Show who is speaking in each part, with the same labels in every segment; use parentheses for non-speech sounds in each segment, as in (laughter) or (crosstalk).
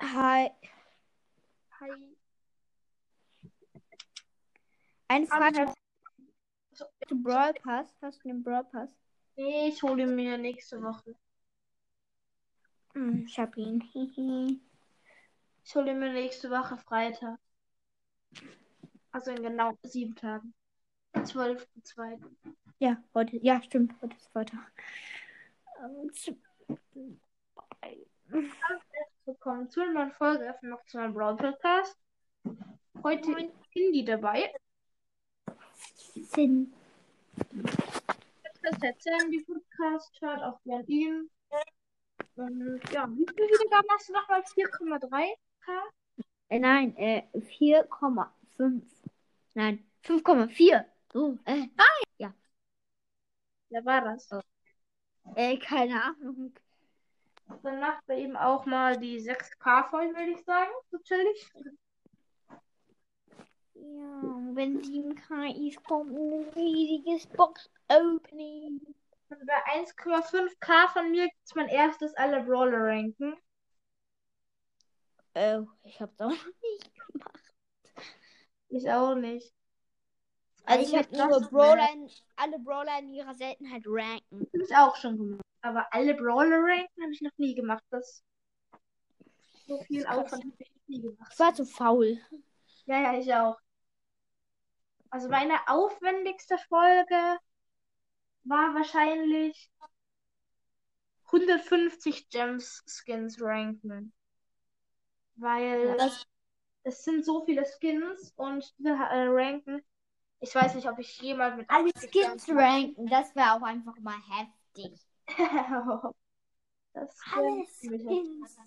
Speaker 1: Hi.
Speaker 2: Hi.
Speaker 1: Eine
Speaker 2: Hast
Speaker 1: Frage, hast du Brawl Pass? Hast du den Brawl Pass?
Speaker 2: Nee, ich hole mir nächste Woche.
Speaker 1: Hm, ich hab ihn. Hihi.
Speaker 2: Ich hole mir nächste Woche Freitag. Also in genau sieben Tagen. 12.2.
Speaker 1: (laughs) ja, heute. Ja, stimmt. Heute ist Freitag. Ähm, z-
Speaker 2: Willkommen zu einer neuen Folge von Maximal Brawl Podcast. Heute ist Cindy dabei.
Speaker 1: Zehn.
Speaker 2: Das ist Sam, die Podcast. Hört auch gern ihn. Und ja, wie viele Wiedergaben hast du nochmal? 4,3k?
Speaker 1: Äh, nein, äh, 4,5. Nein, 5,4. So, äh,
Speaker 2: Wer war das?
Speaker 1: äh, keine Ahnung.
Speaker 2: Dann macht er eben auch mal die 6k voll, würde ich sagen. So chillig.
Speaker 1: Ja, wenn 7K ist, kommt ein riesiges Box-Opening.
Speaker 2: Und bei 1,5k von mir gibt es mein erstes alle Brawler ranken.
Speaker 1: Äh, ich hab's auch nicht.
Speaker 2: Ich auch nicht.
Speaker 1: Also ich hab
Speaker 2: Eigentlich
Speaker 1: nur
Speaker 2: das-
Speaker 1: Brawler, in- alle Brawler in ihrer Seltenheit ranken.
Speaker 2: Hab ich auch schon gemacht. Aber alle Brawler ranken habe ich noch nie gemacht. Das so viel
Speaker 1: krass.
Speaker 2: Aufwand habe ich noch nie gemacht.
Speaker 1: Ich war zu faul.
Speaker 2: Ja, ja, ich auch. Also meine aufwendigste Folge war wahrscheinlich 150 Gems Skins ranken. Weil
Speaker 1: Das,
Speaker 2: es sind so viele Skins und diese äh, ranken. Ich weiß nicht, ob ich jemals mit
Speaker 1: alle
Speaker 2: 50
Speaker 1: Skins ranken, das wäre auch einfach mal heftig.
Speaker 2: (laughs) das
Speaker 1: Alle Skins.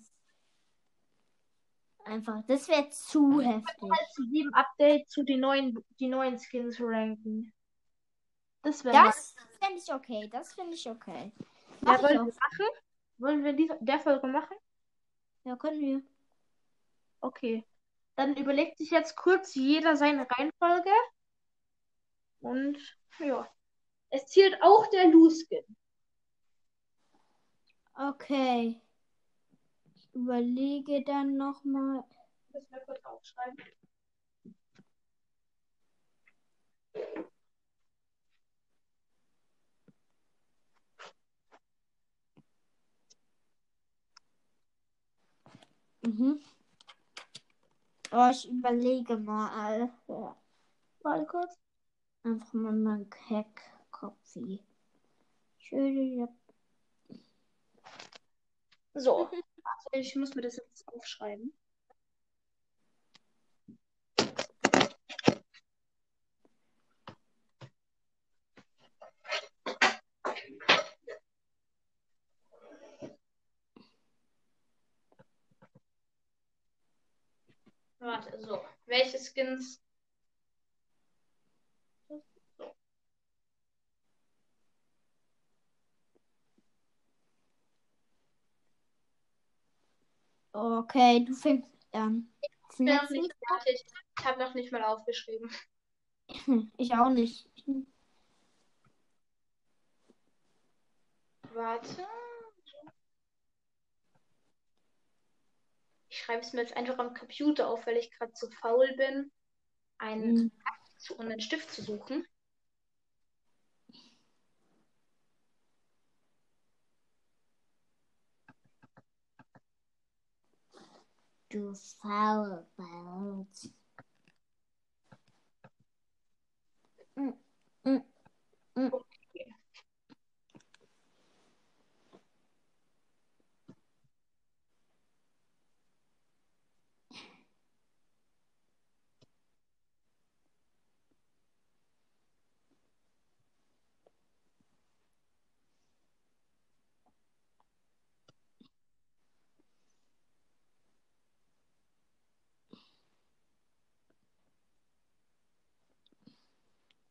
Speaker 1: Einfach, das wäre zu heftig.
Speaker 2: zu jedem Update zu den neuen, die neuen Skins ranken. Das wäre mal.
Speaker 1: Das finde ich okay, das finde ich okay.
Speaker 2: Ja,
Speaker 1: Mach ich
Speaker 2: wollen
Speaker 1: auch.
Speaker 2: wir machen? Wollen wir diese, der Folge machen?
Speaker 1: Ja, können wir.
Speaker 2: Okay. Dann überlegt sich jetzt kurz jeder seine Reihenfolge. Und ja. Es zählt auch der Loose-Skin.
Speaker 1: Okay. Ich überlege dann nochmal.
Speaker 2: Müssen wir kurz aufschreiben.
Speaker 1: Mhm. Oh, ich überlege mal. Ja.
Speaker 2: Warte kurz.
Speaker 1: Einfach mal meinen Keck-Kopfi. Schön, ja.
Speaker 2: So. Mhm. Warte, ich muss mir das jetzt aufschreiben. Warte, so. Welche Skins?
Speaker 1: Okay, du fängst an.
Speaker 2: Ich bin noch nicht fertig. Ich habe noch nicht mal aufgeschrieben.
Speaker 1: Hm, Ich auch nicht.
Speaker 2: Warte. Ich schreibe es mir jetzt einfach am Computer auf, weil ich gerade zu faul bin, einen
Speaker 1: Hm.
Speaker 2: zu- und einen Stift zu suchen.
Speaker 1: Du faule Maus.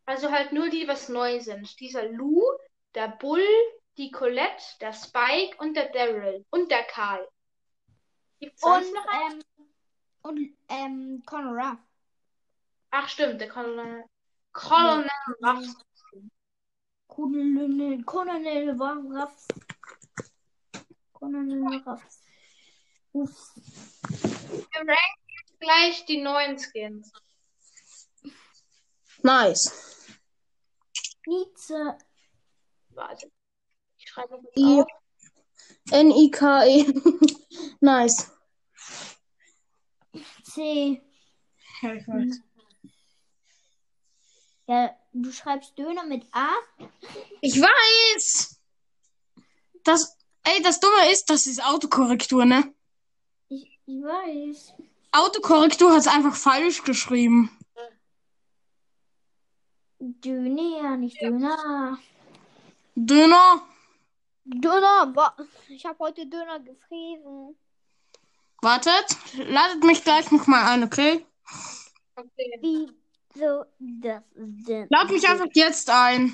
Speaker 2: Also halt nur die, was neu sind. Dieser Lou, der Bull, die Colette, der Spike und der Daryl und der Karl. Gibt's sonst
Speaker 1: Und,
Speaker 2: noch einen?
Speaker 1: ähm, und, ähm, Conor Ruff.
Speaker 2: Ach stimmt, der Colonel. Colonel Ruffs.
Speaker 1: Colonel, Colonel Ruff. Colonel Ruff.
Speaker 2: Wir ranken gleich die neuen Skins.
Speaker 3: Nice.
Speaker 1: Nietzsche.
Speaker 2: Warte. Ich schreibe das
Speaker 3: Ja.
Speaker 2: auf.
Speaker 3: N-I-K-E. E. (laughs) nice.
Speaker 1: C. Ja, du schreibst Döner mit A.
Speaker 3: Ich weiß! Das, ey, das Dumme ist, das ist Autokorrektur, ne?
Speaker 1: Ich, ich weiß.
Speaker 3: Autokorrektur hat es einfach falsch geschrieben.
Speaker 1: Döner, nicht Döner.
Speaker 3: Döner.
Speaker 1: Döner, boah. Ich habe heute Döner gefressen.
Speaker 3: Wartet, ladet mich gleich nochmal ein, okay?
Speaker 2: Okay.
Speaker 1: Wieso das denn?
Speaker 3: Lad mich einfach jetzt ein.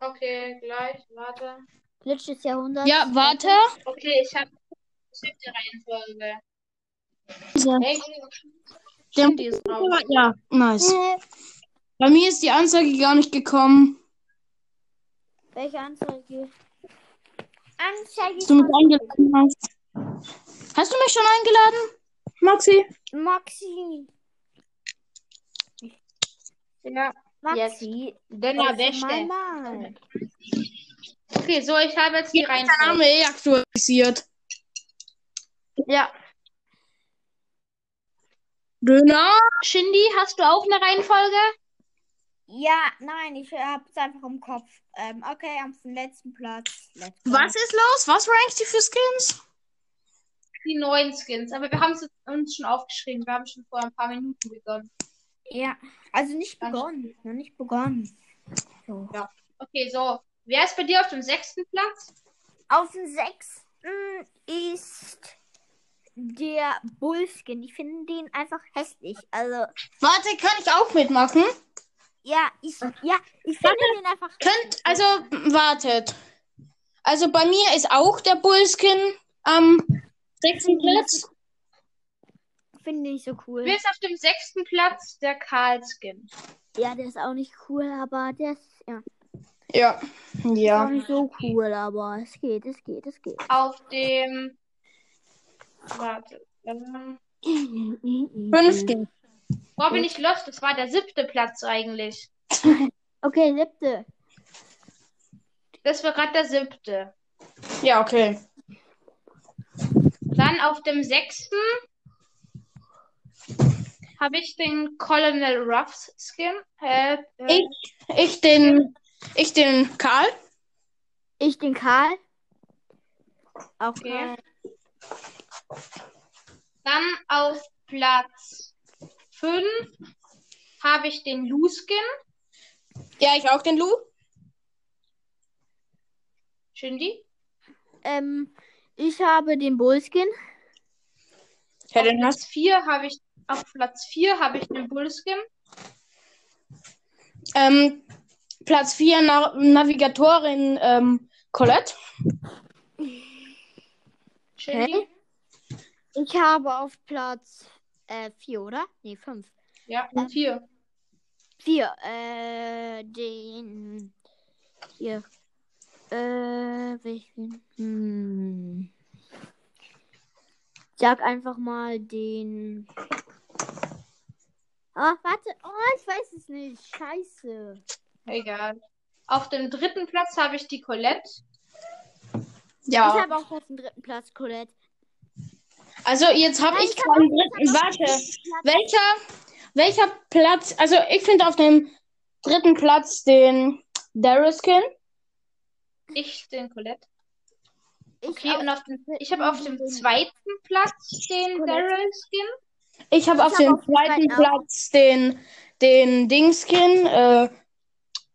Speaker 2: okay, gleich, warte.
Speaker 1: Letztes Jahrhundert.
Speaker 3: Ja, warte.
Speaker 2: Okay, ich habe bestimmte Reihenfolge. Hey,
Speaker 3: Der
Speaker 2: die ist drauf.
Speaker 3: ja, nice.
Speaker 1: Äh,
Speaker 3: Bei mir ist die Anzeige gar nicht gekommen.
Speaker 1: (laughs) welche Anzeige? Anzeige
Speaker 3: Hast du mich eingeladen hast. Hast du mich schon eingeladen, Maxi?
Speaker 1: von Maxi.
Speaker 2: Ja,
Speaker 1: Maxi.
Speaker 2: Denner
Speaker 1: Jetzt mal
Speaker 2: Wäsche.
Speaker 1: mal.
Speaker 2: Okay, so, ich habe jetzt die
Speaker 3: Der
Speaker 2: Reihenfolge.
Speaker 3: Name eh aktualisiert.
Speaker 2: Ja.
Speaker 3: Döner.
Speaker 2: Shindy, hast du auch eine Reihenfolge?
Speaker 1: Ja, nein, ich hab's einfach im Kopf. Ähm, okay, am letzten Platz. Let's go.
Speaker 3: Was ist los? Was rankt die für Skins?
Speaker 2: Die neuen Skins. Aber wir haben es uns schon aufgeschrieben. Wir haben schon vor ein paar Minuten begonnen.
Speaker 1: Ja, also nicht
Speaker 2: Ganz
Speaker 1: begonnen. Noch nicht begonnen. So.
Speaker 2: Okay, so. Wer ist bei dir auf dem sechsten Platz?
Speaker 1: Auf dem sechsten ist der Bullskin. Ich finde den einfach hässlich. Also,
Speaker 3: Warte, kann ich auch mitmachen?
Speaker 1: ja, ich, ja, ich finde den einfach.
Speaker 3: Könnt, also, m- wartet. Also bei mir ist auch der Bullskin am sechsten Platz.
Speaker 1: Finde ich so cool.
Speaker 2: Wer ist auf dem sechsten Platz? Der Karl-Skin.
Speaker 1: Ja, der ist auch nicht cool, aber der ist, ja,
Speaker 3: Ja.
Speaker 1: auch
Speaker 3: Ja.
Speaker 1: nicht so cool, aber es geht, es geht, es geht.
Speaker 2: Auf dem. Warte. ähm,
Speaker 1: Mhm.
Speaker 3: Fünften.
Speaker 2: Boah, bin ich lost. Das war der siebte Platz eigentlich.
Speaker 1: Okay, siebte.
Speaker 2: Das war gerade der siebte.
Speaker 3: Ja, okay.
Speaker 2: Dann auf dem sechsten habe ich den Colonel Ruffs Skin. Äh, äh,
Speaker 3: Ich, ich den, ich den Karl.
Speaker 1: Ich den Karl. Auch
Speaker 2: Okay.
Speaker 1: Karl.
Speaker 2: Dann auf Platz 5 habe ich den Lu-Skin.
Speaker 3: Ja, ich auch den Lou.
Speaker 2: Shindy.
Speaker 1: Ähm, ich habe den Bullskin.
Speaker 3: Ja,
Speaker 2: auf Platz 4 habe ich auf Platz 4 habe ich den Bullskin.
Speaker 3: Ähm, Platz 4 Na Navigatorin ähm, Colette.
Speaker 2: Shindy.
Speaker 1: Okay. Ich habe auf Platz 4, oder? Nee, 5.
Speaker 2: Ja, 4.
Speaker 1: 4. Äh, den. Hier. Äh, welchen? Hm. Sag einfach mal den. Ah, warte. Oh, ich weiß es nicht. Scheiße.
Speaker 2: Egal. Auf dem dritten Platz habe ich die Colette.
Speaker 1: Ich
Speaker 3: Ja.
Speaker 1: habe auch auf dem dritten Platz Colette.
Speaker 3: Also jetzt habe
Speaker 1: Nein,
Speaker 3: ich
Speaker 1: ich hab
Speaker 3: keinen
Speaker 1: auch- ich hab
Speaker 3: dritten.
Speaker 1: auch-
Speaker 3: Warte.
Speaker 1: Platz.
Speaker 3: Welcher, welcher Platz? Also ich finde auf dem dritten Platz den Dariskin.
Speaker 2: Ich den Colette.
Speaker 1: Ich
Speaker 2: Okay,
Speaker 1: auf
Speaker 2: und auf dem, ich habe auf dem
Speaker 1: den-
Speaker 2: zweiten Platz den
Speaker 1: Colette.
Speaker 2: Daryl Skin.
Speaker 3: Ich habe
Speaker 1: Ich
Speaker 3: auf
Speaker 1: hab
Speaker 3: dem
Speaker 1: auf dem
Speaker 3: zweiten
Speaker 1: zweiten auch.
Speaker 3: Platz den, den Dingskin, äh,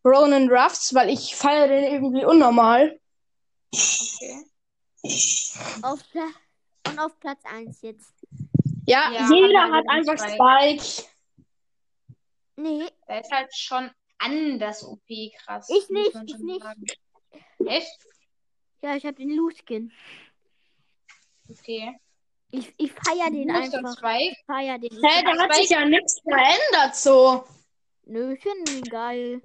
Speaker 3: Ronan Ruffs, weil ich feiere den irgendwie unnormal.
Speaker 2: Okay.
Speaker 1: Auf Pla und auf Platz 1 jetzt.
Speaker 3: Ja,
Speaker 2: Ja,
Speaker 3: jeder
Speaker 2: haben wir
Speaker 3: hat
Speaker 2: den
Speaker 3: einfach
Speaker 2: Spike.
Speaker 3: Spike.
Speaker 1: Nee,
Speaker 2: Der ist halt schon anders OP krass.
Speaker 1: Ich
Speaker 2: muss
Speaker 1: nicht,
Speaker 2: man
Speaker 1: ich
Speaker 2: schon
Speaker 1: nicht.
Speaker 2: sagen. Echt?
Speaker 1: ja, ich habe den Loose-Skin.
Speaker 2: Okay.
Speaker 1: Ich, ich feier den
Speaker 2: Wo ist der
Speaker 1: einfach.
Speaker 2: Spike?
Speaker 1: Ich feier den.
Speaker 3: Hä, da hat sich ja nichts verändert so.
Speaker 1: Nö, ich finde den geil.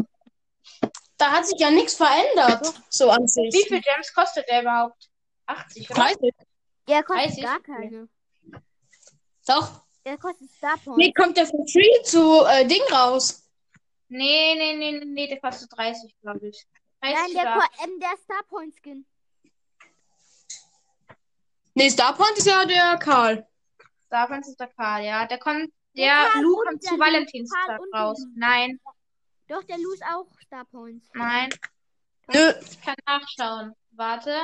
Speaker 3: Da hat sich ja nichts verändert, so an sich.
Speaker 2: Wie viel Gems kostet der überhaupt? 80, oder?
Speaker 3: Weiß ich.
Speaker 1: Der kostet
Speaker 2: Weiß ich
Speaker 1: gar
Speaker 2: nicht.
Speaker 1: keine.
Speaker 3: Doch.
Speaker 1: Der kostet Star Points.
Speaker 3: Nee, kommt der for free zu äh, Ding raus.
Speaker 2: Nee, nee, nee, nee, nee, der kostet 30, glaube ich.
Speaker 1: Nein,
Speaker 2: 30
Speaker 1: der,
Speaker 2: war-
Speaker 1: Ko- ähm, der Star Point Skin.
Speaker 3: Nee, Starpoint ist ja der Karl.
Speaker 2: Da kannst du der Karl, ja. Der kommt,
Speaker 1: Der
Speaker 2: der
Speaker 1: Karl
Speaker 2: Lu
Speaker 1: und
Speaker 2: kommt
Speaker 1: der
Speaker 2: zu
Speaker 1: Lu-
Speaker 2: Valentinstag
Speaker 1: Karl und
Speaker 2: raus.
Speaker 1: Lu.
Speaker 2: Nein,
Speaker 1: Doch, der Lu ist auch Star Points.
Speaker 2: nein,
Speaker 3: Nö.
Speaker 2: ich kann nachschauen. Warte.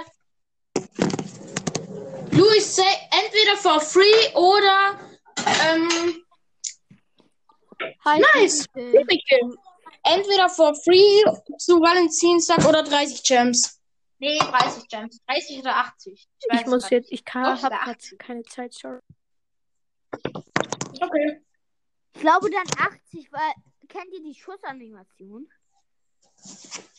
Speaker 3: Louis sei entweder for free oder ähm,
Speaker 1: Halt
Speaker 3: Nice.
Speaker 1: Gute.
Speaker 3: Hurricane. Entweder for free zu Valentinstag oder 30 Gems.
Speaker 2: Nee, 30 Gems. 30 oder 80. Ich weiß
Speaker 4: Ich muss
Speaker 2: grad
Speaker 4: jetzt, ich kann,
Speaker 2: Doch,
Speaker 4: hab
Speaker 2: der
Speaker 4: grad keine Zeit, sorry.
Speaker 3: Okay.
Speaker 1: Ich glaube dann 80, weil. Kennt ihr die Schussanimation?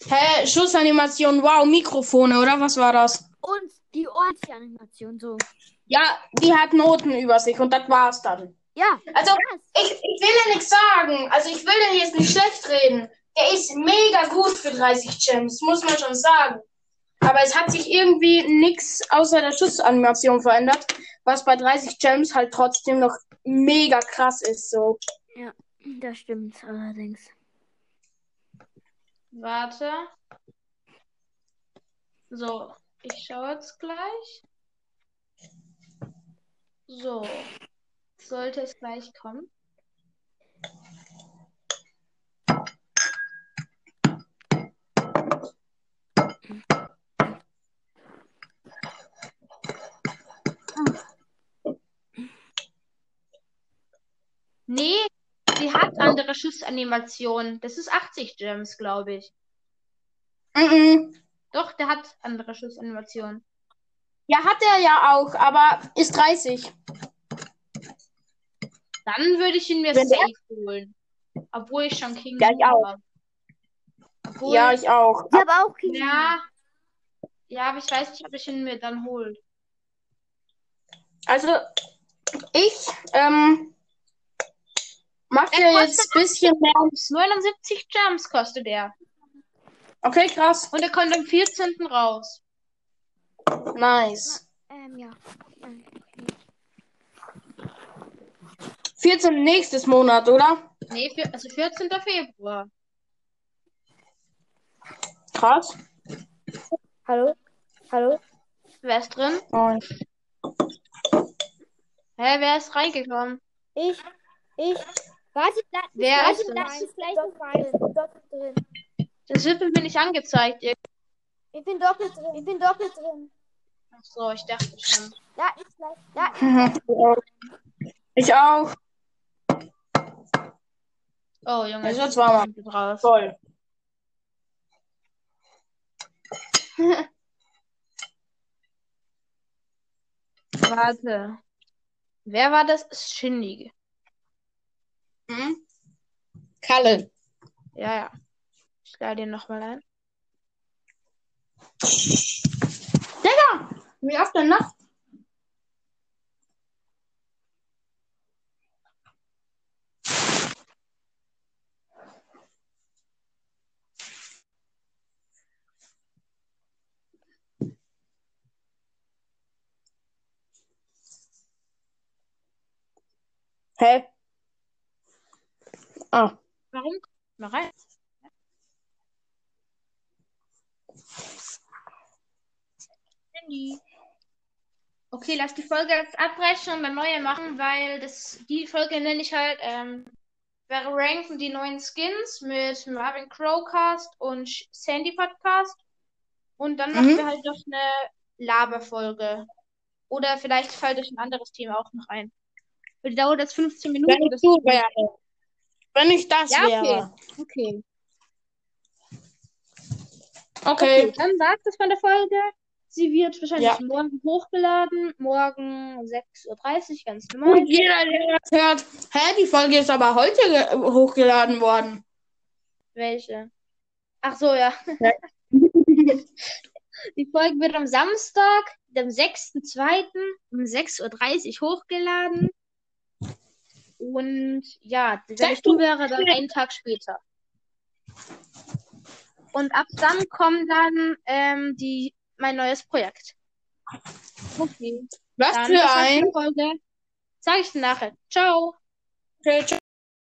Speaker 3: Hä, Schussanimation, wow, Mikrofone, oder was war das?
Speaker 1: Und die Orange-Animation so.
Speaker 3: Ja, die hat Noten über sich und das war's dann.
Speaker 1: Ja,
Speaker 3: Also,
Speaker 1: krass.
Speaker 3: ich, ich will ja nichts sagen. Also, ich will ja jetzt nicht schlecht reden. Der ist mega gut für 30 Gems, muss man schon sagen. Aber es hat sich irgendwie nichts außer der Schussanimation verändert, was bei 30 Gems halt trotzdem noch mega krass ist, so.
Speaker 1: Das stimmt allerdings.
Speaker 2: Warte. So, ich schaue jetzt gleich. So, sollte es gleich kommen? Nee, sie hat andere Schussanimationen. Das ist 80 Gems, glaube ich.
Speaker 3: Mhm.
Speaker 2: Doch, der hat andere Schussanimationen.
Speaker 3: Ja, hat er ja auch, aber ist 30.
Speaker 2: Dann würde ich ihn mir
Speaker 3: Wenn der-
Speaker 2: safe holen. Obwohl ich schon King
Speaker 3: Ja, ich
Speaker 2: Lou
Speaker 3: auch.
Speaker 2: habe. Obwohl,
Speaker 3: Ja, ich auch.
Speaker 1: Ich habe auch King.
Speaker 2: ja, ja, aber ich weiß nicht, ob ich ihn mir dann hole.
Speaker 3: Also, ich ähm, mach dir jetzt ein bisschen mehr.
Speaker 2: 79 Gems kostet er.
Speaker 3: Okay, krass.
Speaker 2: Und er kommt am 14. raus.
Speaker 3: Nice.
Speaker 1: Ähm, ja.
Speaker 3: 14 nächstes Monat, oder?
Speaker 2: Nee, vier- also 14. Februar.
Speaker 3: Krass.
Speaker 4: Hallo? Hallo?
Speaker 2: Wer ist drin?
Speaker 3: Nein.
Speaker 2: Hä, wer ist reingekommen?
Speaker 4: Ich, ich,
Speaker 1: Warte, bleib,
Speaker 2: Wer
Speaker 1: warte,
Speaker 2: ist
Speaker 1: bleib,
Speaker 2: das?
Speaker 1: gleich
Speaker 4: doch rein, doppelt drin.
Speaker 2: Das wird mir nicht angezeigt. Ir-
Speaker 4: Ich bin doppelt drin, ich bin doppelt drin.
Speaker 2: Ach so, ich dachte schon.
Speaker 1: Da ist gleich. Da ist
Speaker 3: Ich auch.
Speaker 2: Oh, Junge.
Speaker 3: Also zweimal.
Speaker 2: ich bin raus.
Speaker 3: Voll.
Speaker 2: Warte. Wer war das? Shindy.
Speaker 3: Mhm. Kalle.
Speaker 2: Ja, ja. Ich lade den nochmal ein.
Speaker 3: Wie oft denn noch? Hä? Ah.
Speaker 2: Warum? Mal rein. Handy. Okay, lass die Folge jetzt abbrechen und eine neue machen, weil das, die Folge nenne ich halt, ähm, wir ranken die neuen Skins mit Marvin Crowcast und Sh- Sandy Podcast. Und dann machen
Speaker 3: Mhm.
Speaker 2: wir halt noch eine Laberfolge. Oder vielleicht fällt euch ein anderes Thema auch noch ein. Für die Dauer das 15
Speaker 3: Wenn
Speaker 2: Minuten.
Speaker 3: ich
Speaker 2: Das
Speaker 3: du wäre. Wenn ich das
Speaker 2: Ja, okay.
Speaker 3: wäre.
Speaker 2: okay.
Speaker 3: Okay.
Speaker 2: Dann war's das von der Folge. Sie wird wahrscheinlich
Speaker 3: Ja.
Speaker 2: morgen hochgeladen. Morgen 6.30 Uhr, ganz normal.
Speaker 3: Und jeder, der das hört, hä, die Folge ist aber heute ge- hochgeladen worden.
Speaker 2: Welche? Ach so, ja. (laughs) Die Folge wird am Samstag, dem 6.2. um 6.30 Uhr hochgeladen. Und ja, wenn ich du wäre, dann einen Tag später. Und ab dann kommt dann ähm, die, mein neues Projekt. Okay.
Speaker 3: Was
Speaker 2: Dann
Speaker 3: für
Speaker 2: bis zur
Speaker 3: ein.
Speaker 2: nächsten Folge. Sag ich dir nachher. Ciao.
Speaker 3: Okay, tschüss.